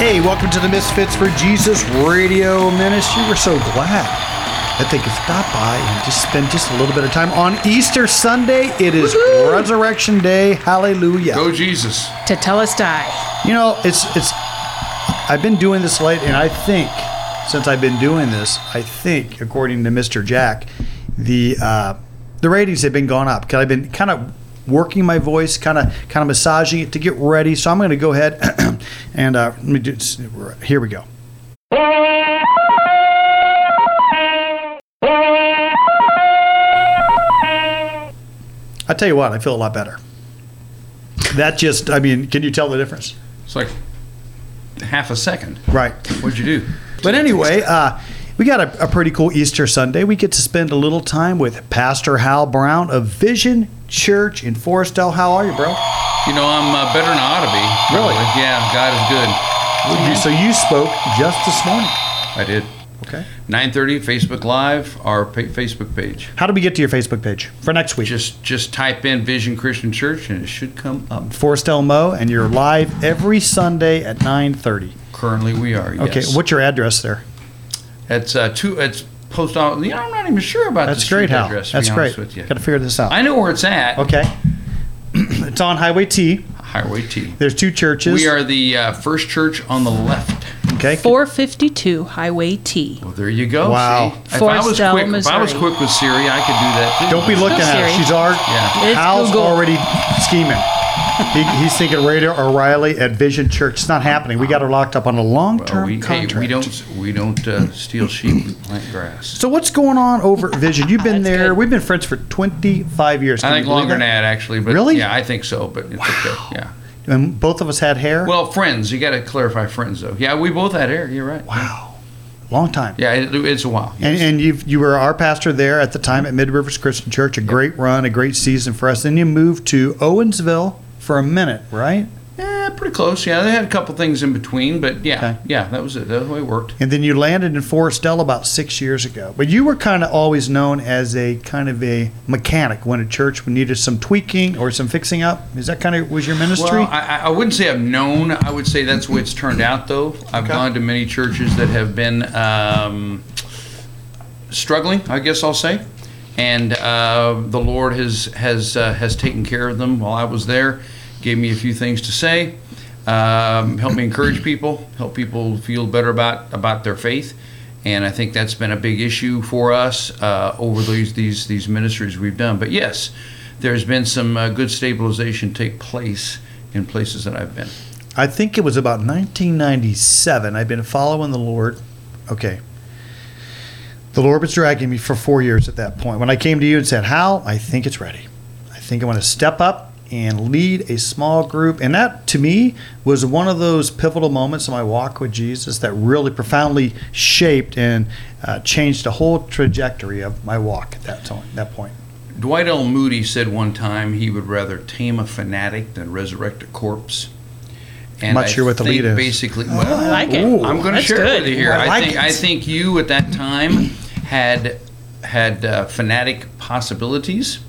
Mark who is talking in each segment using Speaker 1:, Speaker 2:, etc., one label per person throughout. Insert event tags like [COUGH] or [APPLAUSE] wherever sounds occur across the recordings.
Speaker 1: Hey, welcome to the Misfits for Jesus Radio Ministry. We're so glad that they could stop by and just spend just a little bit of time on Easter Sunday. It is Resurrection Day. Hallelujah.
Speaker 2: Go Jesus.
Speaker 3: To tell us die.
Speaker 1: You know, it's it's. I've been doing this late, and I think since I've been doing this, I think according to Mister Jack, the uh, the ratings have been gone up because I've been kind of working my voice, kind of kind of massaging it to get ready. So I'm going to go ahead [CLEARS THROAT] and uh, let me do. Here we go. I tell you what, I feel a lot better. That just, I mean, can you tell the difference?
Speaker 2: It's like half a second.
Speaker 1: Right.
Speaker 2: What'd you do?
Speaker 1: But anyway, uh, we got a, a pretty cool Easter Sunday. We get to spend a little time with Pastor Hal Brown of Vision Church in Forestdale. How are you, bro?
Speaker 2: You know, I'm uh, better than I ought to be.
Speaker 1: Really?
Speaker 2: Uh, Yeah, God is good.
Speaker 1: You- so you spoke just this morning.
Speaker 2: I did.
Speaker 1: Okay.
Speaker 2: 9:30 Facebook Live, our pa- Facebook page.
Speaker 1: How do we get to your Facebook page for next week?
Speaker 2: Just just type in Vision Christian Church and it should come up.
Speaker 1: Forestdale Mo, and you're live every Sunday at 9.30.
Speaker 2: Currently, we are. Yes.
Speaker 1: Okay, what's your address there?
Speaker 2: It's uh, two. It's post office. You know, I'm not even sure about
Speaker 1: That's
Speaker 2: the
Speaker 1: great,
Speaker 2: street
Speaker 1: Hal.
Speaker 2: address. to
Speaker 1: That's
Speaker 2: be
Speaker 1: great.
Speaker 2: honest With you.
Speaker 1: Got to figure this out.
Speaker 2: I know where it's at.
Speaker 1: okay. [CLEARS THROAT] it's on Highway T.
Speaker 2: Highway T.
Speaker 1: There's two churches.
Speaker 2: We are the uh, first church on the left.
Speaker 1: okay.
Speaker 3: 452 Highway T.
Speaker 2: Well, there you go.
Speaker 1: Wow.
Speaker 2: See? If I was
Speaker 3: Forestdale,
Speaker 2: quick, if I was
Speaker 3: Missouri.
Speaker 2: quick with Siri, I could do that too.
Speaker 1: Don't be looking at her.
Speaker 3: Siri.
Speaker 1: She's already.
Speaker 2: Yeah.
Speaker 3: It's
Speaker 1: Hal's
Speaker 3: Google.
Speaker 1: already scheming. He, he's thinking Raider O'Reilly at Vision Church. It's not happening. We got her locked up on a long-term
Speaker 2: Well, Oh, we, hey,
Speaker 1: contract.
Speaker 2: we don't we don't uh, steal sheep. We plant grass.
Speaker 1: So what's going on over at Vision? You've been
Speaker 3: That's
Speaker 1: there.
Speaker 3: good.
Speaker 1: We've been friends for 25 years. Can you
Speaker 2: I think
Speaker 1: believe
Speaker 2: longer than
Speaker 1: that?
Speaker 2: that, actually. But
Speaker 1: Really?
Speaker 2: Yeah, I think so. But it's okay. Yeah.
Speaker 1: And both of us had hair.
Speaker 2: Well, friends. You got to clarify friends, though. Yeah, we both had hair. You're right.
Speaker 1: wow, long time.
Speaker 2: Yeah, it, it's a while.
Speaker 1: And, and you you were our pastor there at the time at Mid Rivers Christian Church. A great run, a great season for us. Then you moved to Owensville for a minute, right?
Speaker 2: Eh, pretty close. Yeah, they had a couple things in between, but yeah,
Speaker 1: Okay.
Speaker 2: yeah, that was it. That's the way it worked.
Speaker 1: and then you landed in Forestdale about six years ago. But you were kind of always known as a kind of a mechanic when a church needed some tweaking or some fixing up. Is that kind of was your ministry?
Speaker 2: Well, I, I- I wouldn't say I've known. I would say that's the way it's turned out, though. I've
Speaker 1: Okay.
Speaker 2: gone to many churches that have been um, struggling. I guess I'll say, and uh, the Lord has has uh, has taken care of them while I was there. Gave me a few things to say. Um, helped me encourage people. Help people feel better about about their faith. And I think that's been a big issue for us uh, over these, these these ministries we've done. But yes, there's been some uh, good stabilization take place in places that I've been.
Speaker 1: I think it was about 1997. I've been following the Lord. Okay. The Lord was dragging me for four years at that point. When I came to you and said, Hal, I think it's ready. I think I want to step up and lead a small group. And that, to me, was one of those pivotal moments in my walk with Jesus that really profoundly shaped and uh, changed the whole trajectory of my walk at that, time, that point.
Speaker 2: Dwight L. Moody said one time he would rather tame a fanatic than resurrect a corpse. And
Speaker 1: Not sure what the
Speaker 2: think
Speaker 1: lead is.
Speaker 2: Basically, well,
Speaker 3: I like it.
Speaker 1: Ooh.
Speaker 2: I'm going to
Speaker 3: That's
Speaker 2: share it
Speaker 3: good.
Speaker 2: with you here.
Speaker 1: I
Speaker 2: I,
Speaker 1: like
Speaker 2: think
Speaker 1: it.
Speaker 2: I think you at that time had had uh, fanatic possibilities.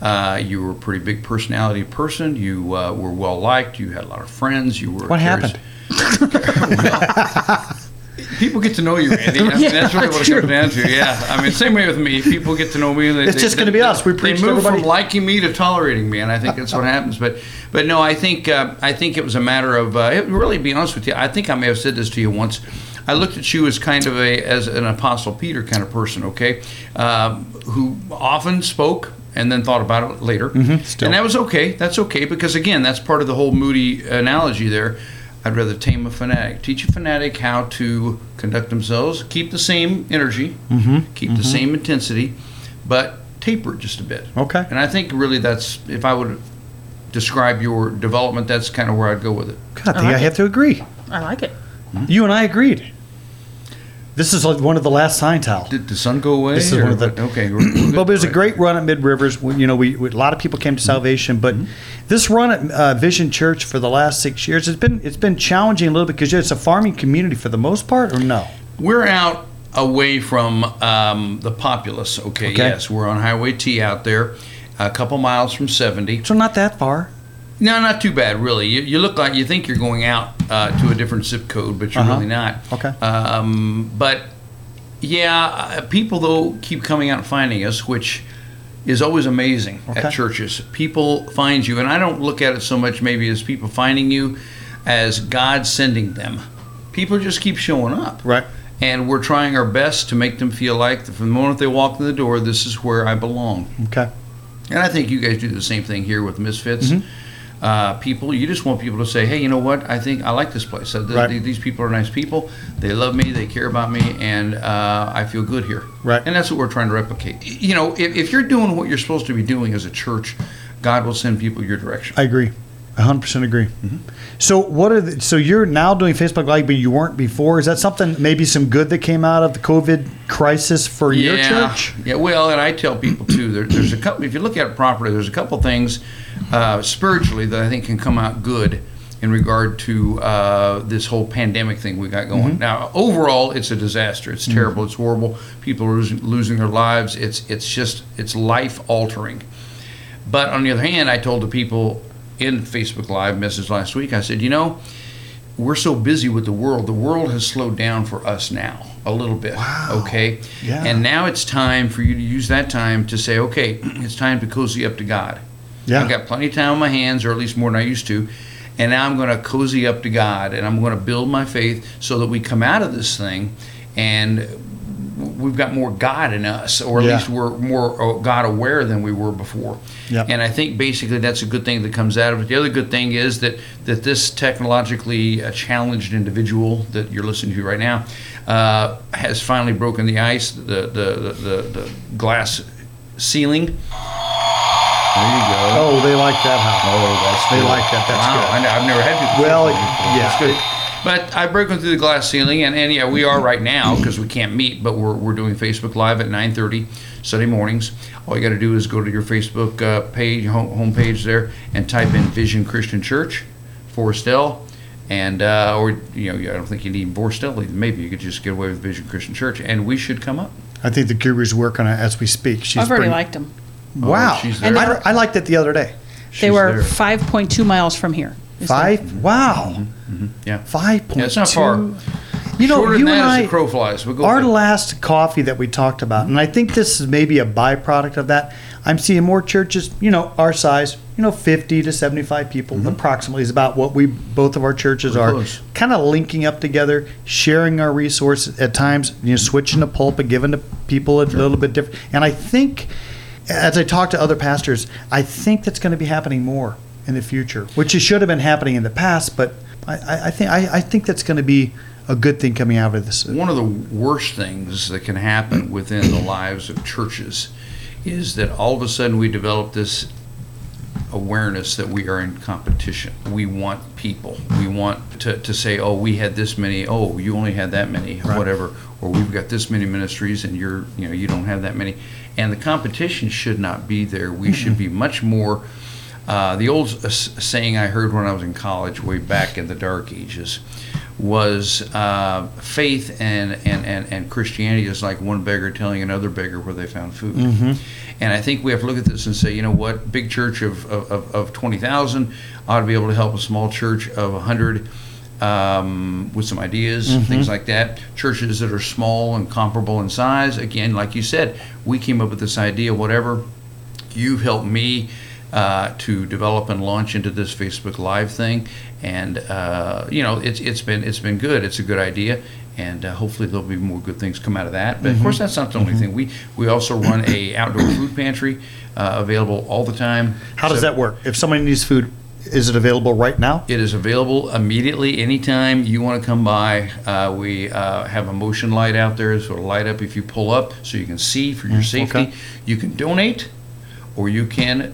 Speaker 2: Uh, you were a pretty big personality person. You uh, were well liked. You had a lot of friends. You were
Speaker 1: What
Speaker 2: curious-
Speaker 1: happened?
Speaker 2: [LAUGHS]
Speaker 1: [LAUGHS]
Speaker 2: People get to know you, Andy. I mean,
Speaker 3: Yeah,
Speaker 2: that's really what
Speaker 3: true.
Speaker 2: it comes down to. Yeah, I mean, same way with me. People get to know me. They,
Speaker 1: It's
Speaker 2: they-
Speaker 1: just
Speaker 2: they-
Speaker 1: gonna be us. We
Speaker 2: they
Speaker 1: preach to
Speaker 2: move
Speaker 1: everybody.
Speaker 2: from liking me to tolerating me, and I think that's
Speaker 1: [LAUGHS]
Speaker 2: what happens. But, but no, I think uh, I think it was a matter of uh, it, really. to Be honest with you. I think I may have said this to you once. I looked at you as kind of a as an apostle Peter kind of person. Okay, um, who often spoke. And then thought about it later,
Speaker 1: Mm-hmm. still.
Speaker 2: and that was okay. That's okay because again, that's part of the whole Moody analogy there. I'd rather tame a fanatic. Teach a fanatic how to conduct themselves, keep the same energy,
Speaker 1: Mm-hmm.
Speaker 2: keep the same intensity, but taper it just a bit.
Speaker 1: Okay.
Speaker 2: And I think really that's, if I would describe your development, that's kind of where I'd go with it.
Speaker 1: God, I think
Speaker 3: like
Speaker 1: I have to agree.
Speaker 3: I like it.
Speaker 1: You and I agreed. This is like one of the last signs, Hal.
Speaker 2: Did the sun go away?
Speaker 1: This is
Speaker 2: or
Speaker 1: one of the-
Speaker 2: what? okay. we're-
Speaker 1: [CLEARS THROAT]
Speaker 2: we're
Speaker 1: Well,
Speaker 2: good,
Speaker 1: it was a
Speaker 2: right.
Speaker 1: great run at Mid Rivers. We- You know, we, we a lot of people
Speaker 2: Mm-hmm.
Speaker 1: came to salvation, but this run at uh, Vision Church for the last six years, it's been it's been challenging a little bit because it's a farming community for the most part, or no?
Speaker 2: We're out away from um, the populace. Okay,
Speaker 1: Okay.
Speaker 2: Yes, we're on Highway T out there, a couple miles from 70.
Speaker 1: So not that far.
Speaker 2: No, not too bad, really. You, you look like you think you're going out uh, to a different zip code, but you're
Speaker 1: Uh-huh.
Speaker 2: really not.
Speaker 1: Okay.
Speaker 2: Um, but yeah, uh, people though keep coming out and finding us, which is always amazing
Speaker 1: Okay.
Speaker 2: at churches. People find you, and I don't look at it so much maybe as people finding you, as God sending them. People just keep showing up.
Speaker 1: Right.
Speaker 2: And we're trying our best to make them feel like from the moment they walk in the door, this is where I belong.
Speaker 1: Okay.
Speaker 2: And I think you guys do the same thing here with Misfits.
Speaker 1: Mm-hmm.
Speaker 2: Uh, people, you just want people to say, "Hey, you know what? I think I like this place. Uh, th-
Speaker 1: Right.
Speaker 2: th- These people are nice people. They love me. They care about me, and uh, I feel good here."
Speaker 1: Right.
Speaker 2: And that's what we're trying to replicate. Y- You know, if, if you're doing what you're supposed to be doing as a church, God will send people your direction.
Speaker 1: I agree. I 100% agree.
Speaker 2: Mm-hmm.
Speaker 1: So what are the, so you're now doing Facebook Live, but you weren't before. Is that something maybe some good that came out of the COVID crisis for your church?
Speaker 2: Yeah, well, and I tell people too. There, there's a couple. If you look at it properly, there's a couple things uh, spiritually that I think can come out good in regard to uh, this whole pandemic thing we got
Speaker 1: Mm-hmm.
Speaker 2: going. Now, overall, it's a disaster. It's terrible. It's horrible. People are losing, losing their lives. It's it's just it's life altering. But on the other hand, I told the people in Facebook Live message last week. I said, you know. We're so busy with the world. The world has slowed down for us now a little bit.
Speaker 1: Wow.
Speaker 2: Okay.
Speaker 1: Yeah.
Speaker 2: And now it's time for you to use that time to say, okay, [CLEARS THROAT] it's time to cozy up to God.
Speaker 1: Yeah.
Speaker 2: I've got plenty of time on my hands, or at least more than I used to. And now I'm going to cozy up to God and I'm going to build my faith so that we come out of this thing and we've got more God in us, or at
Speaker 1: Yeah.
Speaker 2: least we're more uh, God aware than we were before.
Speaker 1: Yep.
Speaker 2: And I think basically that's a good thing that comes out of it. The other good thing is that that this technologically uh, challenged individual that you're listening to right now uh, has finally broken the ice, the the the, the, the glass ceiling. There you go.
Speaker 1: Oh, they like that house.
Speaker 2: Oh, that's
Speaker 1: They
Speaker 2: good.
Speaker 1: like that. That's
Speaker 2: wow,
Speaker 1: good.
Speaker 2: I know, I've never had people.
Speaker 1: Well, it- yeah.
Speaker 2: that's good. But I've broken through the glass ceiling, and, and yeah, we are right now because we can't meet, but we're, we're doing Facebook Live at 9:30 Sunday mornings. All you got to do is go to your Facebook uh, page, home homepage there, and type in Vision Christian Church, Forestell, and uh, or you know I don't think you need Forestell either. Maybe you could just get away with Vision Christian Church, and we should come up.
Speaker 1: I think the guru's working on it as we speak. She's
Speaker 3: I've already
Speaker 1: bringing-
Speaker 3: liked them.
Speaker 1: Wow.
Speaker 2: Oh, she's
Speaker 1: I,
Speaker 2: there.
Speaker 1: I liked it the other day.
Speaker 3: They
Speaker 2: She's
Speaker 3: were
Speaker 2: there.
Speaker 3: 5.2 miles from here. Is that-
Speaker 1: Five? Wow.
Speaker 2: Mm-hmm. yeah.
Speaker 1: Five point two.
Speaker 2: Yeah, it's not far.
Speaker 1: You know,
Speaker 2: Shorter
Speaker 1: you
Speaker 2: than
Speaker 1: and
Speaker 2: that
Speaker 1: I,
Speaker 2: as the crow flies. We'll go
Speaker 1: our
Speaker 2: for it.
Speaker 1: last coffee that we talked about, and I think this is maybe a byproduct of that. I'm seeing more churches, you know, our size, you know, 50 to 75 people approximately is about what we both of our churches
Speaker 2: We're
Speaker 1: are.
Speaker 2: Mm-hmm. close.
Speaker 1: Kind of linking up together, sharing our resources at times, you know, switching to pulpit, giving to people a little bit different. And I think, as I talk to other pastors, I think that's going to be happening more in the future, which it should have been happening in the past, but I, I, I think I, I think that's going to be a good thing coming out of this.
Speaker 2: One of the worst things that can happen within the lives of churches is that all of a sudden we develop this awareness that we are in competition. We want people. We want to, to say, oh, we had this many, oh, you only had that many,
Speaker 1: Right.
Speaker 2: whatever, or we've got this many ministries and you're, you know, you don't have that many. And the competition should not be there. We should be much more. Uh, the old s- saying I heard when I was in college, way back in the dark ages, was uh, faith and, and, and, and Christianity is like one beggar telling another beggar where they found food. And I think we have to look at this and say, you know what, big church of, of, of- of 20,000 ought to be able to help a small church of 100 um, with some ideas, things
Speaker 1: Mm-hmm.
Speaker 2: like that. Churches that are small and comparable in size, again, like you said, we came up with this idea, whatever. You've helped me uh, to develop and launch into this Facebook Live thing, and uh, you know it's it's been it's been good. It's a good idea, and uh, hopefully there'll be more good things come out of that. But of
Speaker 1: Mm-hmm.
Speaker 2: course, that's not the only thing. We we also run a outdoor food pantry uh, available all the time.
Speaker 1: How does
Speaker 2: So
Speaker 1: that work? If somebody needs food, is it available right now?
Speaker 2: It is available immediately, anytime you want to come by. Uh, we uh, have a motion light out there, so it'll light up if you pull up, so you can see for your safety.
Speaker 1: Mm, okay.
Speaker 2: You can donate, or you can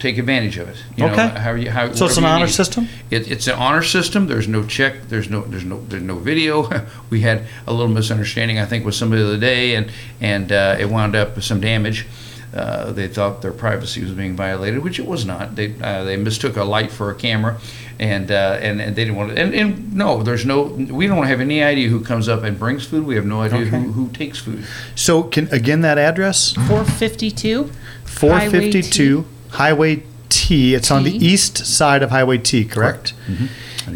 Speaker 2: take advantage of it. You
Speaker 1: Okay.
Speaker 2: Know, how you, how,
Speaker 1: So it's
Speaker 2: whatever
Speaker 1: an
Speaker 2: you
Speaker 1: honor
Speaker 2: need.
Speaker 1: system?
Speaker 2: It, it's an honor system. There's no check. There's no. There's no. There's no video. [LAUGHS] we had a little misunderstanding, I think, with somebody the other day, and and uh, it wound up with some damage. Uh, they thought their privacy was being violated, which it was not. They uh, they mistook a light for a camera, and uh, and, and they didn't want to. And, and no, there's no. We don't have any idea who comes up and brings food. We have no idea who, who takes food.
Speaker 1: So can again that address
Speaker 3: 452. Highway T.
Speaker 1: 452 Highway T. T. It's on the
Speaker 3: T.
Speaker 1: east side of Highway T, correct? Mm-hmm.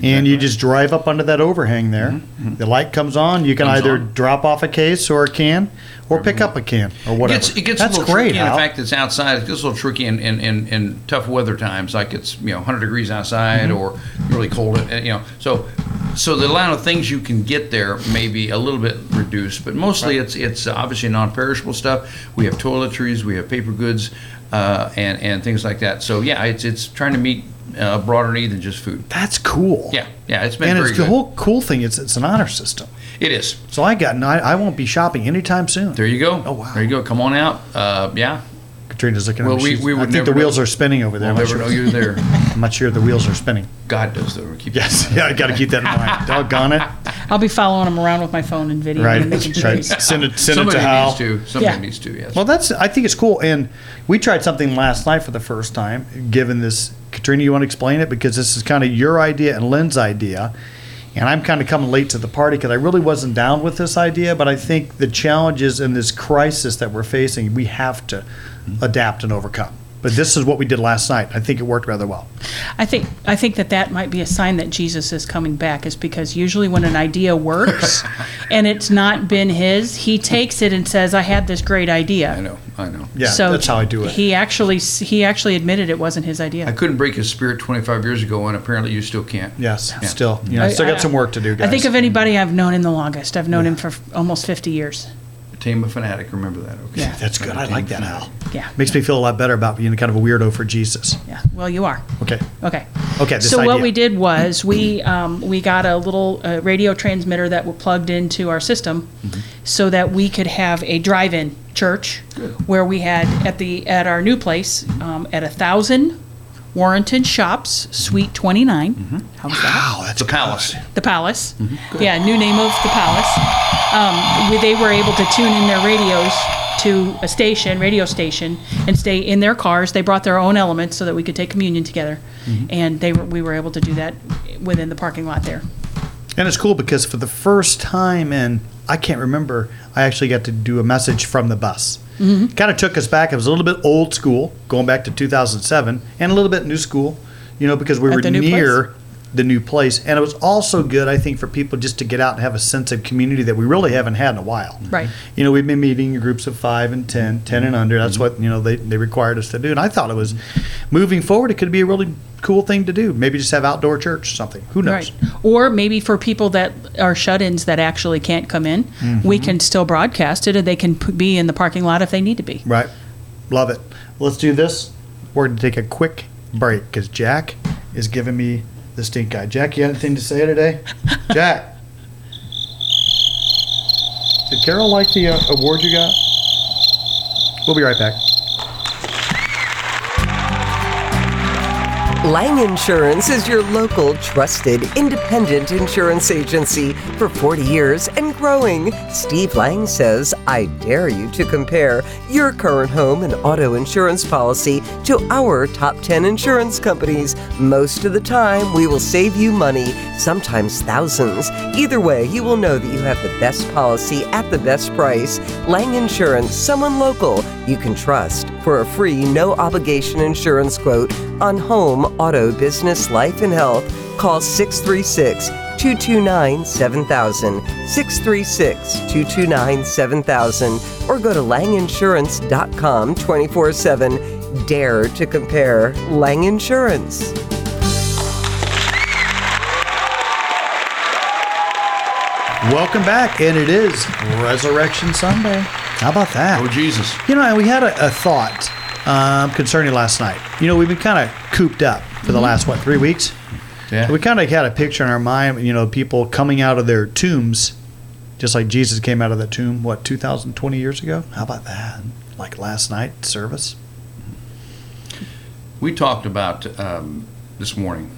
Speaker 1: And you just drive up under that overhang there. The light Mm-hmm. comes on. Mm-hmm. You can
Speaker 2: Comes
Speaker 1: either
Speaker 2: on.
Speaker 1: drop off a case or a can, or pick up a can or whatever.
Speaker 2: It gets, it gets
Speaker 1: That's
Speaker 2: a little
Speaker 1: great.
Speaker 2: tricky. and
Speaker 1: Al.
Speaker 2: The fact that it's outside, it gets a little tricky in, in, in, in tough weather times, like it's you know 100 degrees outside
Speaker 1: Mm-hmm.
Speaker 2: or really cold. uh, You know, so so the amount of things you can get there may be a little bit reduced, but mostly it's it's obviously non-perishable stuff. We have toiletries, we have paper goods, uh, and and things like that. So yeah, it's it's trying to meet uh, a broader need than just food.
Speaker 1: That's cool.
Speaker 2: Yeah, yeah, it's been
Speaker 1: And
Speaker 2: very
Speaker 1: it's the
Speaker 2: good.
Speaker 1: whole cool thing is it's an honor system.
Speaker 2: it is.
Speaker 1: So I got I, I won't be shopping anytime soon.
Speaker 2: There you go.
Speaker 1: Oh, wow.
Speaker 2: There you go. Come on out. Uh, yeah.
Speaker 1: Katrina's looking
Speaker 2: Well,
Speaker 1: at me.
Speaker 2: we-
Speaker 1: She's-
Speaker 2: we
Speaker 1: I
Speaker 2: would
Speaker 1: think the
Speaker 2: never
Speaker 1: wheels
Speaker 2: know.
Speaker 1: are spinning over there.
Speaker 2: We'll
Speaker 1: I'm, not
Speaker 2: never
Speaker 1: sure,
Speaker 2: know
Speaker 1: [LAUGHS]
Speaker 2: you're there.
Speaker 1: I'm not sure the wheels are spinning. [LAUGHS]
Speaker 2: God does though. Keep
Speaker 1: Yes. Yeah, I got to keep that in
Speaker 2: [LAUGHS]
Speaker 1: mind. Doggone it.
Speaker 3: I'll be following them around with my phone and video.
Speaker 1: Right.
Speaker 3: And they can
Speaker 1: right.
Speaker 3: choose.
Speaker 1: Send it, send it
Speaker 2: somebody
Speaker 1: to Hal.
Speaker 2: needs to. Somebody
Speaker 3: Yeah.
Speaker 2: needs to. Yes.
Speaker 1: Well, that's. I think it's cool, and we tried something last night for the first time. Given this, Katrina, you want to explain it because this is kind of your idea and Lynn's idea, and I'm kind of coming late to the party because I really wasn't down with this idea. But I think the challenges in this crisis that we're facing, we have to
Speaker 2: Mm-hmm.
Speaker 1: adapt and overcome. But this is what we did last night. I think it worked rather well.
Speaker 3: I think I think that that might be a sign that Jesus is coming back is because usually when an idea
Speaker 1: [LAUGHS]
Speaker 3: works and it's not been his, he takes it and says, "I had this great idea."
Speaker 2: I know. I know.
Speaker 1: Yeah, that's how I do it.
Speaker 3: He actually s- he actually admitted it wasn't his idea.
Speaker 2: I couldn't break his spirit 25 years ago, and apparently you still can't.
Speaker 1: yes,
Speaker 2: Yeah.
Speaker 1: still, you know,
Speaker 3: I-
Speaker 1: still
Speaker 3: I-
Speaker 1: got some work to do, guys.
Speaker 3: I think of anybody I've known in the longest. I've known him for f- almost 50 years.
Speaker 2: Tame a fanatic. Remember that. Okay.
Speaker 3: Yeah.
Speaker 1: that's good. I like that, Al.
Speaker 3: Yeah.
Speaker 1: Makes me feel a lot better about being kind of a weirdo for Jesus.
Speaker 3: Yeah. Well, you are.
Speaker 1: Okay.
Speaker 3: Okay.
Speaker 1: Okay, this
Speaker 3: so what
Speaker 1: idea.
Speaker 3: we did was we um, we got a little uh, radio transmitter that were plugged into our system,
Speaker 1: Mm-hmm.
Speaker 3: so that we could have a drive-in church where we had at the at our new place um, at a thousand warranted shops, Suite Twenty
Speaker 1: Mm-hmm.
Speaker 3: How's that?
Speaker 1: Wow, that's
Speaker 2: The palace.
Speaker 3: the Palace.
Speaker 1: Mm-hmm.
Speaker 3: Yeah, new name of the Palace. Um, we, they were able to tune in their radios to a station, radio station, and stay in their cars. They brought their own elements so that we could take communion together,
Speaker 1: Mm-hmm.
Speaker 3: and they were, we were able to do that within the parking lot there.
Speaker 1: And it's cool because for the first time in, I can't remember, I actually got to do a message from the bus.
Speaker 3: Mm-hmm.
Speaker 1: Kind of took us back. It was a little bit old school, going back to 2007, and a little bit new school, you know, because we
Speaker 3: At
Speaker 1: were
Speaker 3: the new
Speaker 1: near the new place. And it was also good, I think, for people just to get out and have a sense of community that we really haven't had in a while.
Speaker 3: Right.
Speaker 1: You know, we've been meeting in groups of five and 10, 10 and under.
Speaker 3: Mm-hmm.
Speaker 1: That's what, you know, they, they required us to do. And I thought it was moving forward, it could be a really cool thing to do. Maybe just have outdoor church or something. Who knows?
Speaker 3: Right. Or maybe for people that are shut-ins that actually can't come in,
Speaker 1: Mm-hmm.
Speaker 3: we can still broadcast it, and they can p- be in the parking lot if they need to be.
Speaker 1: Right. Love it. Let's do this. We're going to take a quick break because Jack is giving me the stink eye. Jack, you got anything to say today? Jack. Did Carol like the uh, award you got? We'll be right back.
Speaker 4: Lang Insurance is your local, trusted, independent insurance agency for 40 years and growing. Steve Lang says, I dare you to compare your current home and auto insurance policy to our top 10 insurance companies. Most of the time, we will save you money, sometimes thousands. Either way, you will know that you have the best policy at the best price. Lang Insurance, someone local you can trust for a free, no obligation insurance quote on home, auto, business, life, and health, call 636 229 7000. 636 229 7000. Or go to langinsurance.com 24 7. Dare to compare Lang Insurance.
Speaker 1: Welcome back, and it is Resurrection Sunday. How about that?
Speaker 2: Oh Jesus.
Speaker 1: You know, we had a, a thought um, concerning last night. You know, we've been kind of cooped up for the last, what, three weeks?
Speaker 2: Yeah.
Speaker 1: We kind of had a picture in our mind, you know, people coming out of their tombs, just like Jesus came out of that tomb, what, 2,020 years ago? How about that? Like last night service?
Speaker 2: We talked about um, this morning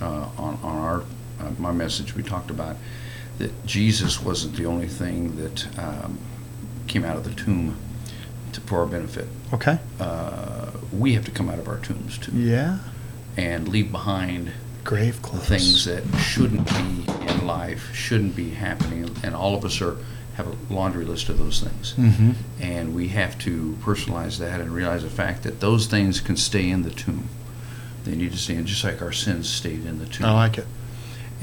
Speaker 2: uh, on, on our uh, my message. We talked about that Jesus wasn't the only thing that um, came out of the tomb to, for our benefit.
Speaker 1: Okay.
Speaker 2: Uh, we have to come out of our tombs too
Speaker 1: Yeah.
Speaker 2: and leave behind
Speaker 1: Grave
Speaker 2: the
Speaker 1: clothes.
Speaker 2: things that shouldn't be in life, shouldn't be happening, and all of us are have a laundry list of those things.
Speaker 1: Mhm.
Speaker 2: And we have to personalize that and realize the fact that those things can stay in the tomb. They need to stay in, just like our sins stayed in the tomb.
Speaker 1: I like it.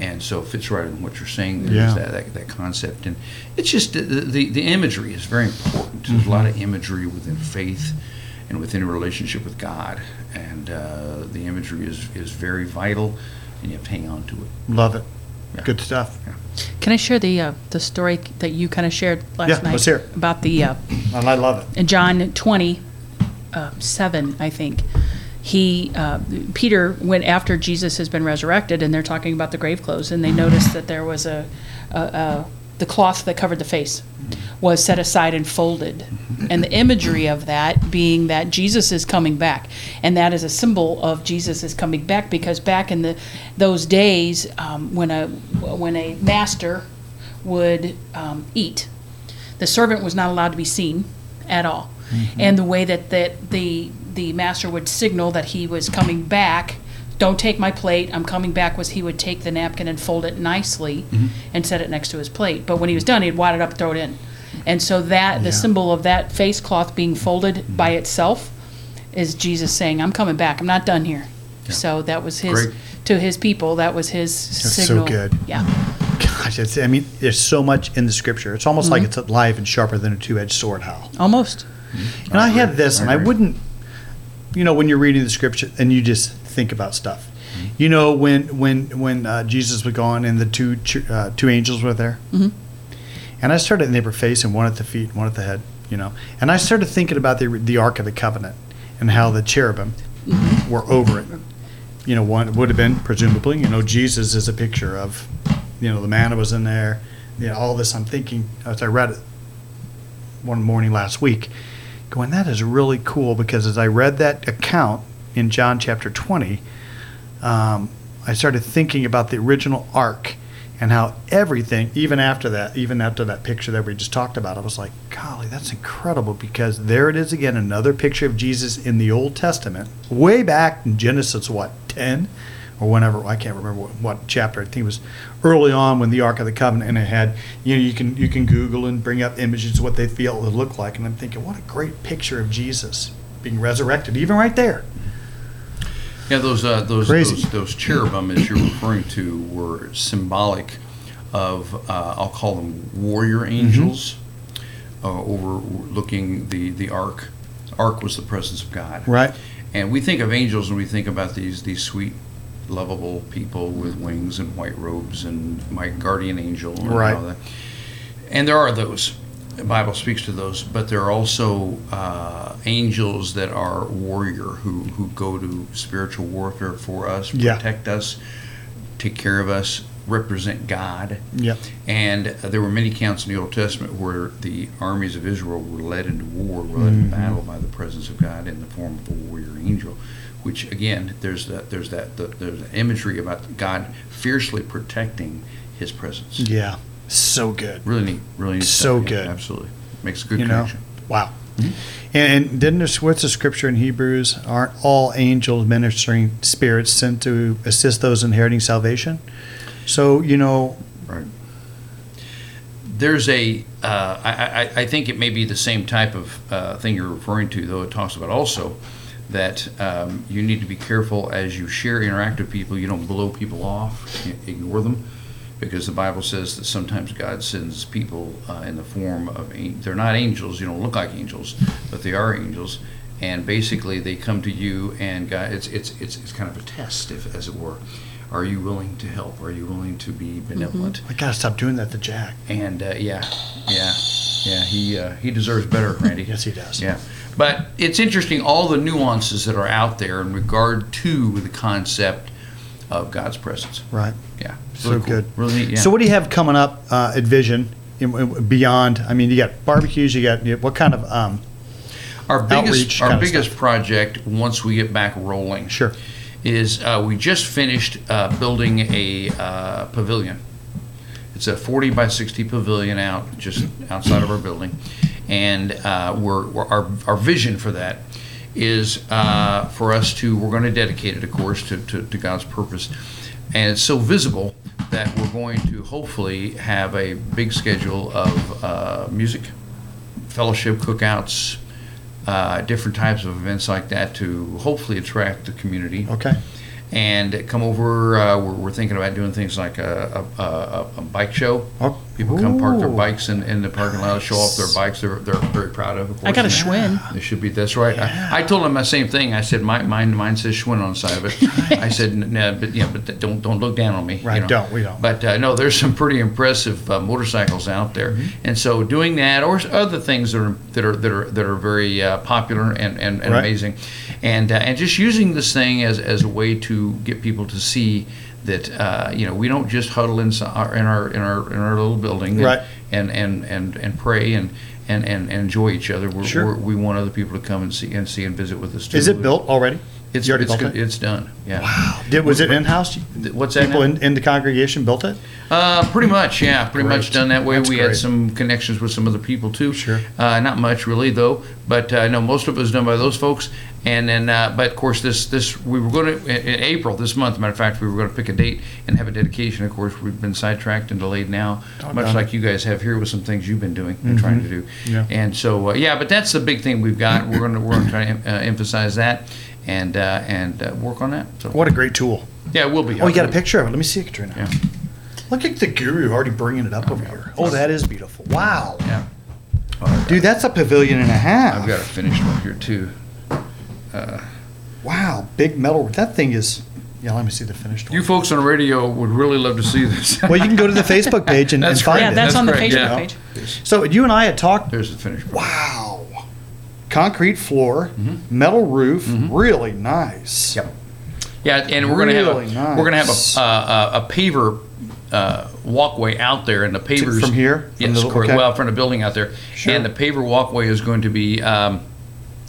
Speaker 2: And so it fits right in what you're saying. There's
Speaker 1: Yeah.
Speaker 2: that, that, that concept. And it's just the, the, the imagery is very important.
Speaker 1: Mm-hmm.
Speaker 2: There's a lot of imagery within faith and within a relationship with God. And uh, the imagery is, is very vital, and you have to hang on to it.
Speaker 1: Love it.
Speaker 2: Yeah.
Speaker 1: Good stuff.
Speaker 3: Can I share the uh, the story that you kind of shared last
Speaker 1: Yeah,
Speaker 3: night
Speaker 1: let's hear it.
Speaker 3: about the uh,
Speaker 1: And I love it.
Speaker 3: in John 20, uh, 7, I think, he, uh, Peter went after Jesus has been resurrected, and they're talking about the grave clothes, and they noticed that there was a, a, a the cloth that covered the face was set aside and folded. And the imagery of that being that Jesus is coming back. And that is a symbol of Jesus is coming back because back in the those days um, when a when a master would um, eat, the servant was not allowed to be seen at all. And the way that, that the the master would signal that he was coming back, don't take my plate, I'm coming back, was he would take the napkin and fold it nicely and set it next to his plate. But when he was done, he'd wad it up, throw it in. And so that the symbol of that face cloth being folded by itself is Jesus saying, "I'm coming back. I'm not done here." So that was his
Speaker 2: Great.
Speaker 3: to his people. That was his
Speaker 1: so
Speaker 3: signal.
Speaker 1: good.
Speaker 3: Yeah,
Speaker 1: [LAUGHS] Gosh, it's, I mean, there's so much in the scripture. It's
Speaker 2: Mm-hmm.
Speaker 1: almost like it's alive and sharper than a two-edged sword, Hal.
Speaker 3: almost.
Speaker 1: And I, had this,
Speaker 2: I
Speaker 1: and I
Speaker 2: agree.
Speaker 1: wouldn't, you know, when you're reading the scripture and you just think about stuff.
Speaker 2: Mm-hmm.
Speaker 1: You know, when when when uh, Jesus was gone and the two ch- uh, two angels were there, and I started and they were facing one at the feet, one at the head, you know, and I started thinking about the the Ark of the Covenant and how the cherubim were over it. You know, one would have been presumably, you know, Jesus is a picture of, you know, the manna was in there, you know, all this. I'm thinking as I read it one morning last week, going, that is really cool because as I read that account in John chapter 20, um, I started thinking about the original ark and how everything, even after that, even after that picture that we just talked about, I was like, golly, that's incredible because there it is again, another picture of Jesus in the Old Testament, way back in Genesis, what, 10? Or whenever I can't remember what, what chapter I think it was early on when the Ark of the Covenant and it had you know you can you can Google and bring up images of what they feel it would look like and I'm thinking what a great picture of Jesus being resurrected even right there
Speaker 2: Yeah, those uh, those,
Speaker 1: Crazy.
Speaker 2: those those cherubim, as you're referring to, were symbolic of uh, I'll call them warrior
Speaker 1: Mm-hmm.
Speaker 2: angels, uh, overlooking the the ark. Ark was the presence of God,
Speaker 1: Right.
Speaker 2: And we think of angels when we think about these these sweet, lovable people with wings and white robes and my guardian angel, and all
Speaker 1: Right.
Speaker 2: that. And there are those. The Bible speaks to those, but there are also uh, angels that are warrior who, who go to spiritual warfare for us,
Speaker 1: Yeah.
Speaker 2: protect us, take care of us, represent God.
Speaker 1: Yep.
Speaker 2: And uh, there were many counts in the Old Testament where the armies of Israel were led into war, were led
Speaker 1: Mm-hmm.
Speaker 2: into battle by the presence of God in the form of a warrior angel. Which again, there's that there's that the, there's that imagery about God fiercely protecting His presence.
Speaker 1: yeah so good
Speaker 2: Really neat, really neat.
Speaker 1: Mm-hmm. So
Speaker 2: stuff. Yeah,
Speaker 1: good.
Speaker 2: absolutely makes a good
Speaker 1: you know
Speaker 2: connection.
Speaker 1: wow and, and didn't there what's the scripture in hebrews aren't all angels ministering spirits sent to assist those inheriting salvation so you know
Speaker 2: Right. There's a, uh, I, I, I think it may be the same type of uh, thing you're referring to, though it talks about also that um, you need to be careful as you share, interact with people, you don't blow people off, i- ignore them, because the Bible says that sometimes God sends people uh, in the form of, an- they're not angels, you don't look like angels, but they are angels. And basically, they come to you, and God, it's, it's, it's, it's kind of a test, if, as it were. Are you willing to help? Are you willing to be benevolent?
Speaker 1: i gotta stop doing that to jack
Speaker 2: and uh, yeah, yeah, yeah. He uh, he deserves better, Randy.
Speaker 1: Yes, he does.
Speaker 2: Yeah, but it's interesting all the nuances that are out there in regard to the concept of God's presence.
Speaker 1: right
Speaker 2: Yeah,
Speaker 1: so
Speaker 2: Really cool.
Speaker 1: good
Speaker 2: Really, yeah.
Speaker 1: so what do you have coming up uh, at vision in- in- beyond i mean you got barbecues you got you what kind of um
Speaker 2: our biggest
Speaker 1: outreach
Speaker 2: our
Speaker 1: kind of
Speaker 2: biggest project once we get back rolling
Speaker 1: Sure.
Speaker 2: is uh, we just finished uh, building a uh, pavilion. It's a 40 by 60 pavilion out just outside of our building, and uh, we're, we're our our vision for that is uh, for us to we're going to dedicate it of course to, to, to God's purpose, and it's so visible that we're going to hopefully have a big schedule of uh, music fellowship cookouts, uh, different types of events like that to hopefully attract the community.
Speaker 1: okay
Speaker 2: and come over. Uh, we're, we're thinking about doing things like a, a, a, a bike show.
Speaker 1: Oh.
Speaker 2: People come park their
Speaker 1: Ooh.
Speaker 2: bikes in, in the parking lot, show off their bikes. They're, they're very proud of. of
Speaker 3: I got a
Speaker 2: course.
Speaker 3: Schwinn.
Speaker 2: They should be. That's right. I, I told him the same thing. I said my mine mine says Schwinn on the side of it. I said "N- no, but yeah, but don't don't look down on me.
Speaker 1: Right, don't, we don't.
Speaker 2: But uh, no, there's some pretty impressive uh, motorcycles out there,
Speaker 1: Mm-hmm.
Speaker 2: and so doing that or s- other things that are that are that are that are very uh, popular and and, and
Speaker 1: Right.
Speaker 2: amazing, and uh, and just using this thing as as a way to get people to see. That uh, you know, we don't just huddle in our in our in our, in our little building
Speaker 1: Right.
Speaker 2: and, and, and, and, and pray and, and, and, and enjoy each other. We're,
Speaker 1: Sure.
Speaker 2: we're, we want other people to come and see and see and visit with us. Too.
Speaker 1: Is it built already?
Speaker 2: It's
Speaker 1: You already
Speaker 2: it's,
Speaker 1: built
Speaker 2: good-
Speaker 1: it?
Speaker 2: it's done. Yeah.
Speaker 1: Did, was it in-house?
Speaker 2: Th- What's that?
Speaker 1: People
Speaker 2: now?
Speaker 1: in, in the congregation built it?
Speaker 2: Uh, pretty much, yeah, pretty much
Speaker 1: Great.
Speaker 2: done that way.
Speaker 1: That's
Speaker 2: we
Speaker 1: great.
Speaker 2: had some connections with some other people too.
Speaker 1: Sure.
Speaker 2: Uh, not much really though, but uh, I know most of it was done by those folks. And then, uh, but of course, this this we were going to in in April this month. Matter of fact, we were going to pick a date and have a dedication. Of course, we've been sidetracked and delayed now, much
Speaker 1: Oh, done. Mm-hmm.
Speaker 2: like you guys have here with some things you've been doing and trying to do.
Speaker 1: Yeah.
Speaker 2: And so, uh, yeah, but that's the big thing we've got. We're going to we're going to try to em- uh, emphasize that and uh, and uh, work on that. So
Speaker 1: What a great tool.
Speaker 2: yeah, we'll be.
Speaker 1: Oh, you got a
Speaker 2: absolutely.
Speaker 1: picture of it. Let me see it, Katrina.
Speaker 2: Yeah.
Speaker 1: Look at the guru already bringing it up over here. Oh, that is beautiful. Wow.
Speaker 2: Yeah. All right.
Speaker 1: Dude, that's a pavilion and a half.
Speaker 2: I've got a finished one here too.
Speaker 1: Wow, big metal. That thing is. Yeah, let me see the finished one.
Speaker 2: You folks on radio would really love to see this.
Speaker 1: well, you can go to the Facebook page and, and
Speaker 2: That's
Speaker 1: find
Speaker 2: great.
Speaker 3: Yeah,
Speaker 1: it.
Speaker 3: that's on the
Speaker 2: correct,
Speaker 3: Facebook
Speaker 2: yeah.
Speaker 3: page.
Speaker 1: so you and I had talked.
Speaker 2: [LAUGHS] There's the finished. product.
Speaker 1: Wow. Concrete floor, metal roof, really nice.
Speaker 2: Mm-hmm. Yep. Yeah, and we're gonna
Speaker 1: Really
Speaker 2: have a, we're gonna have
Speaker 1: nice.
Speaker 2: a uh, a paver uh, walkway out there, and the pavers
Speaker 1: from here? From
Speaker 2: Yes,
Speaker 1: the-
Speaker 2: correct.
Speaker 1: okay.
Speaker 2: Well, from the building out there,
Speaker 1: Sure.
Speaker 2: and the paver walkway is going to be. Um,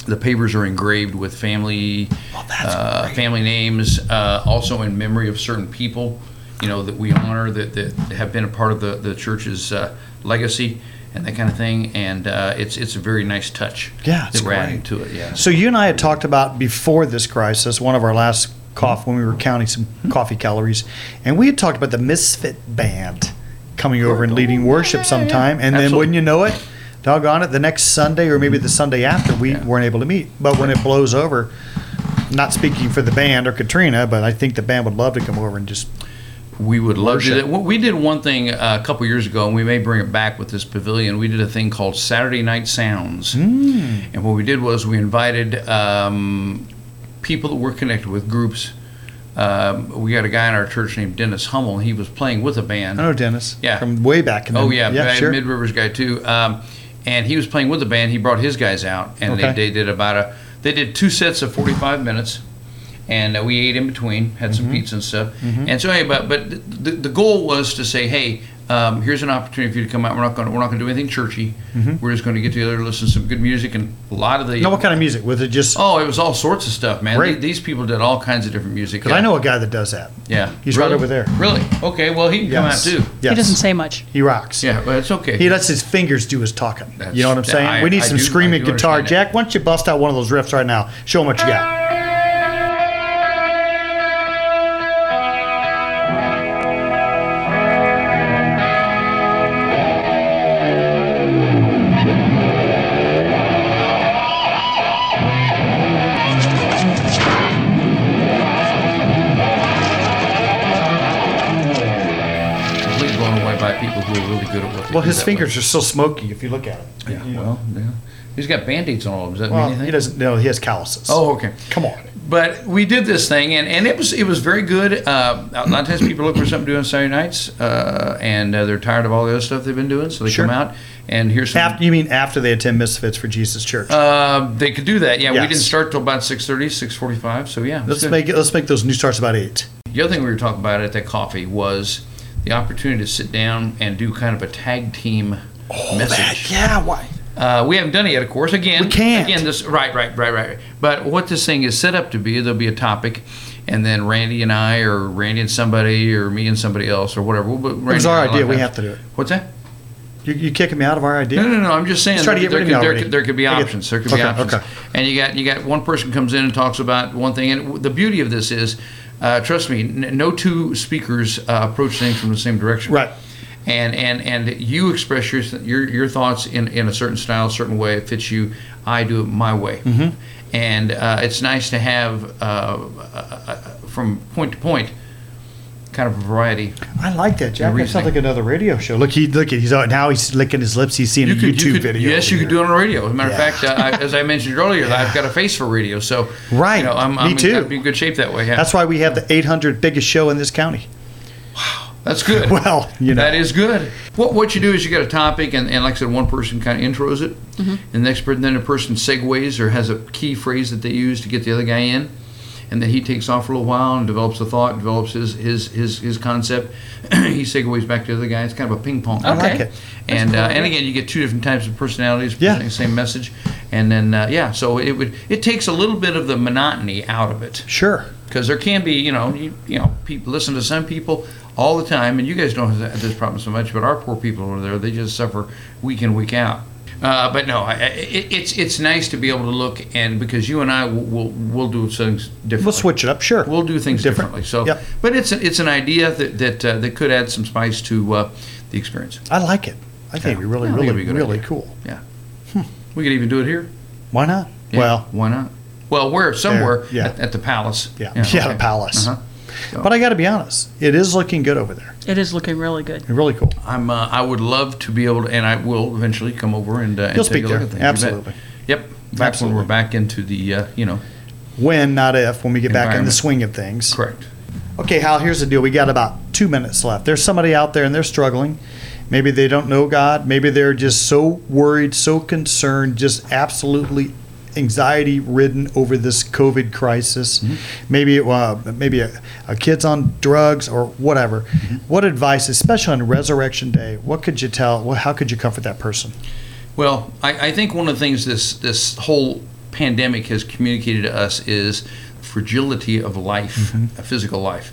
Speaker 2: the pavers are engraved with family
Speaker 1: Oh, that's
Speaker 2: uh, family names, uh, also in memory of certain people, you know, that we honor that, that have been a part of the, the church's uh, legacy and that kind of thing. And uh, it's it's a very nice touch.
Speaker 1: Yeah, it's
Speaker 2: that we're adding
Speaker 1: great.
Speaker 2: to it. Yeah.
Speaker 1: So you and I had talked about before this crisis, one of our last cough when we were counting some
Speaker 2: Mm-hmm.
Speaker 1: coffee calories, and we had talked about the Misfit Band coming over and leading worship sometime, and then
Speaker 2: Absolutely. Mm-hmm.
Speaker 1: wouldn't you know it, doggone it, the next Sunday or maybe the Sunday after we
Speaker 2: Yeah.
Speaker 1: weren't able to meet. But when it blows over, not speaking for the band or Katrina, but I think the band would love to come over and just
Speaker 2: We would love to. do
Speaker 1: Worship.
Speaker 2: that. We did one thing uh, a couple years ago, and we may bring it back with this pavilion. We did a thing called Saturday Night Sounds, and what we did was we invited um, people that we're connected with, groups. Um, we got a guy in our church named Dennis Hummel. He was playing with a band.
Speaker 1: I know Dennis
Speaker 2: Yeah.
Speaker 1: from way back in the
Speaker 2: Oh yeah,
Speaker 1: yeah sure.
Speaker 2: Mid Rivers guy too. Um, and he was playing with the band. He brought his guys out, and
Speaker 1: Okay.
Speaker 2: they, they did about a they did two sets of forty five minutes, and uh, we ate in between, had
Speaker 1: Mm-hmm.
Speaker 2: some pizza and stuff. And so, hey, but but the, the goal was to say, hey. Um, here's an opportunity for you to come out. We're not going. to We're not going to do anything churchy. We're just going to get together, listen to some good music, and a lot of the.
Speaker 1: no, Mm-hmm. what kind of music was it? Just
Speaker 2: Oh, it was all sorts of stuff, man.
Speaker 1: Great.
Speaker 2: Th- These people did all kinds of different music.
Speaker 1: because I know a guy that does that.
Speaker 2: Yeah,
Speaker 1: He's right over there.
Speaker 2: Really? Okay. Well, he can
Speaker 1: Yes.
Speaker 2: come out too.
Speaker 1: Yes.
Speaker 3: He doesn't say much.
Speaker 1: He rocks.
Speaker 2: Yeah, well, it's okay.
Speaker 1: He lets his fingers do his talking. you know what I'm
Speaker 2: That's-
Speaker 1: saying?
Speaker 2: I-
Speaker 1: we need
Speaker 2: I
Speaker 1: some
Speaker 2: do-
Speaker 1: screaming
Speaker 2: I do
Speaker 1: guitar.
Speaker 2: understand
Speaker 1: Jack, why don't you bust out one of those riffs right now? Show him what you got.
Speaker 2: completely blown away by people who are really good at what they
Speaker 1: Well,
Speaker 2: do
Speaker 1: his
Speaker 2: that
Speaker 1: fingers
Speaker 2: way.
Speaker 1: are so smoky if you look at him.
Speaker 2: Yeah, well, yeah. He's got band-aids on all of them. Does that
Speaker 1: Well,
Speaker 2: mean anything?
Speaker 1: he doesn't know. He has calluses.
Speaker 2: Oh, okay.
Speaker 1: come on.
Speaker 2: But we did this thing, and, and it was it was very good. Uh, a lot of times people look for something to do on Saturday nights, uh, and uh, they're tired of all the other stuff they've been doing, so they
Speaker 1: Sure.
Speaker 2: come out and here's some.
Speaker 1: After, you mean after they attend Misfits for Jesus Church?
Speaker 2: uh, they could do that. Yeah, we
Speaker 1: Yes.
Speaker 2: didn't start till about 6.30, 6.45, so yeah. it's
Speaker 1: let's
Speaker 2: good.
Speaker 1: make it, let's make those new starts about eight.
Speaker 2: The other thing we were talking about at that coffee was the opportunity to sit down and do kind of a tag team
Speaker 1: Oh,
Speaker 2: message.
Speaker 1: yeah, why?
Speaker 2: Uh, we haven't done it yet, of course. Again,
Speaker 1: We can't.
Speaker 2: Again, this right, right, right, right. right. But what this thing is set up to be, there'll be a topic, and then Randy and I, or Randy and somebody, or me and somebody else, or whatever. We'll, but Randy
Speaker 1: was our
Speaker 2: and I
Speaker 1: idea.
Speaker 2: like
Speaker 1: We
Speaker 2: that.
Speaker 1: have to do it.
Speaker 2: What's that?
Speaker 1: You, you kicking me out of our idea?
Speaker 2: No, no, no. I'm just saying.
Speaker 1: Let's try to get
Speaker 2: there,
Speaker 1: rid of
Speaker 2: could,
Speaker 1: me
Speaker 2: there,
Speaker 1: already.
Speaker 2: could, there could be
Speaker 1: I get-
Speaker 2: options. There could
Speaker 1: okay,
Speaker 2: be options.
Speaker 1: okay.
Speaker 2: And you got you got one person comes in and talks about one thing. And w- the beauty of this is, uh, trust me, n- no two speakers uh, approach things from the same direction.
Speaker 1: Right.
Speaker 2: and and and you express your your, your thoughts in, in a certain style, certain way. It fits you. I do it my way,
Speaker 1: Mm-hmm.
Speaker 2: and uh, it's nice to have uh, uh, from point to point kind of a variety.
Speaker 1: I like that, Jack. That sounds
Speaker 2: reasoning.
Speaker 1: like another radio show. Look, he look. He's out now. He's licking his lips. He's seeing a YouTube video.
Speaker 2: Yes,
Speaker 1: over
Speaker 2: you could
Speaker 1: here.
Speaker 2: do it on the radio. As a matter
Speaker 1: Yeah.
Speaker 2: of fact, uh, I, as I mentioned
Speaker 1: [LAUGHS]
Speaker 2: earlier, I've got a face for radio, so
Speaker 1: Right.
Speaker 2: You know, I'm,
Speaker 1: Me
Speaker 2: I'm
Speaker 1: too.
Speaker 2: I'd be in good shape that way. Yeah,
Speaker 1: That's why we have the 800 biggest show in this county. [LAUGHS]
Speaker 2: that's good.
Speaker 1: Well, you know.
Speaker 2: That is good. What what you do is you get a topic, and, and like I said, one person kind of intros it,
Speaker 1: Mm-hmm.
Speaker 2: and the next person, then a person segues or has a key phrase that they use to get the other guy in, and then he takes off for a little while and develops a thought, develops his his his, his concept. [CLEARS THROAT] he segues back to the other guy. It's kind of a ping pong.
Speaker 1: I like
Speaker 3: Okay.
Speaker 1: it.
Speaker 2: And uh, and again, you get two different types of personalities
Speaker 1: Yeah.
Speaker 2: presenting the same message, and then uh, yeah, so it would it takes a little bit of the monotony out of it
Speaker 1: Sure.
Speaker 2: because there can be you know you, you know people listen to some people all the time and you guys don't have this problem so much but our poor people over there they just suffer week in week out uh, but no I, I- it, it's it's nice to be able to look and because you and I will will will do things differently
Speaker 1: We'll switch it up. Sure.
Speaker 2: we'll do things
Speaker 1: Different.
Speaker 2: differently so
Speaker 1: Yep.
Speaker 2: but it's a, it's an idea that that uh, that could add some spice to uh, the experience
Speaker 1: I like it. I think
Speaker 2: Yeah.
Speaker 1: it'd be really,
Speaker 2: I think it'd
Speaker 1: really,
Speaker 2: be a good
Speaker 1: really
Speaker 2: idea.
Speaker 1: cool.
Speaker 2: yeah we could even do it here
Speaker 1: Why not?
Speaker 2: Yeah,
Speaker 1: Well,
Speaker 2: why not well we're somewhere
Speaker 1: yeah.
Speaker 2: at, at the palace
Speaker 1: yeah, yeah, the
Speaker 2: okay.
Speaker 1: palace.
Speaker 2: Uh-huh.
Speaker 1: But I got to be honest, it is looking good over there.
Speaker 3: It is looking really good.
Speaker 1: Really cool.
Speaker 2: I'm. Uh, I would love to be able to, and I will eventually come over and, uh, and
Speaker 1: You'll
Speaker 2: take
Speaker 1: speak
Speaker 2: a look
Speaker 1: there.
Speaker 2: at things. You bet.
Speaker 1: Absolutely.
Speaker 2: Yep. Back
Speaker 1: Absolutely.
Speaker 2: when we're back into the, uh, you know,
Speaker 1: When, not if, when we get back in the
Speaker 2: Environment.
Speaker 1: swing of things.
Speaker 2: correct.
Speaker 1: Okay, Hal, here's the deal. We got about two minutes left. There's somebody out there and they're struggling. Maybe they don't know God. Maybe they're just so worried, so concerned, just absolutely anxiety ridden over this COVID crisis. Maybe uh, maybe a, a kid's on drugs or whatever. What advice, especially on Resurrection Day, what could you tell? Well, how could you comfort that person?
Speaker 2: Well, I, I think one of the things this this whole pandemic has communicated to us is fragility of life,
Speaker 1: Mm-hmm.
Speaker 2: uh, physical life,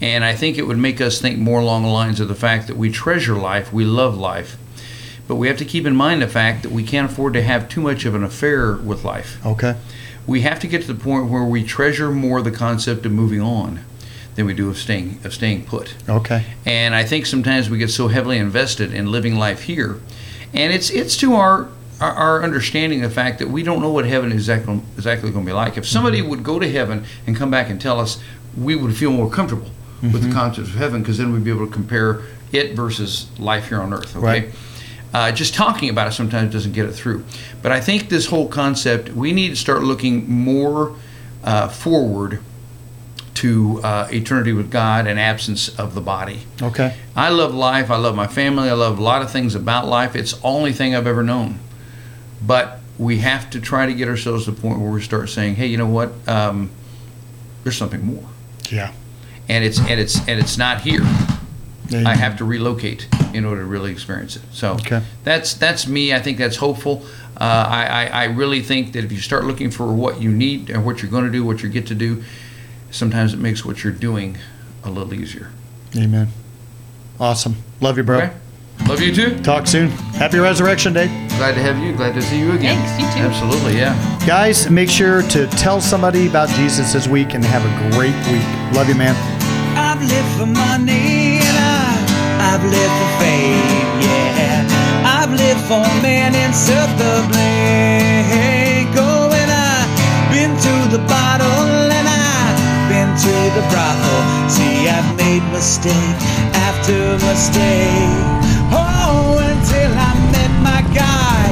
Speaker 2: and I think it would make us think more along the lines of the fact that we treasure life, we love life, but we have to keep in mind the fact that we can't afford to have too much of an affair with life.
Speaker 1: Okay.
Speaker 2: we have to get to the point where we treasure more the concept of moving on than we do of staying of staying put.
Speaker 1: Okay.
Speaker 2: And I think sometimes we get so heavily invested in living life here, and it's it's to our our, our understanding of the fact that we don't know what heaven is exactly exactly going to be like. If somebody would go to heaven and come back and tell us, we would feel more comfortable with the concept of heaven because then we'd be able to compare it versus life here on earth. Okay.
Speaker 1: Right.
Speaker 2: Uh, just talking about it sometimes doesn't get it through. But I think this whole concept, we need to start looking more uh, forward to uh, eternity with God and absence of the body.
Speaker 1: Okay.
Speaker 2: I love life. I love my family. I love a lot of things about life. It's the only thing I've ever known. But we have to try to get ourselves to the point where we start saying, "Hey, you know what? Um, there's something more,
Speaker 1: Yeah.
Speaker 2: and it's and it's and it's not here.
Speaker 1: There you
Speaker 2: I
Speaker 1: go.
Speaker 2: have to relocate in order to really experience it." So
Speaker 1: Okay.
Speaker 2: that's that's me. I think that's hopeful. Uh, I, I I really think that if you start looking for what you need and what you're going to do, what you get to do, sometimes it makes what you're doing a little easier.
Speaker 1: Amen. Awesome. Love you, bro.
Speaker 2: Okay. Love you too.
Speaker 1: Talk soon. Happy Resurrection Day.
Speaker 2: Glad to have you. Glad to see you again.
Speaker 3: Thanks, you too.
Speaker 2: Absolutely, yeah.
Speaker 1: Guys, make sure to tell somebody about Jesus this week and have a great week. Love you, man.
Speaker 5: I've lived for money and I, I've lived for fame, yeah. I've lived for men inseparably. Going, I've been to the bottle and I've been to the brothel. See, I've made mistake after mistake. Oh, until I met my God.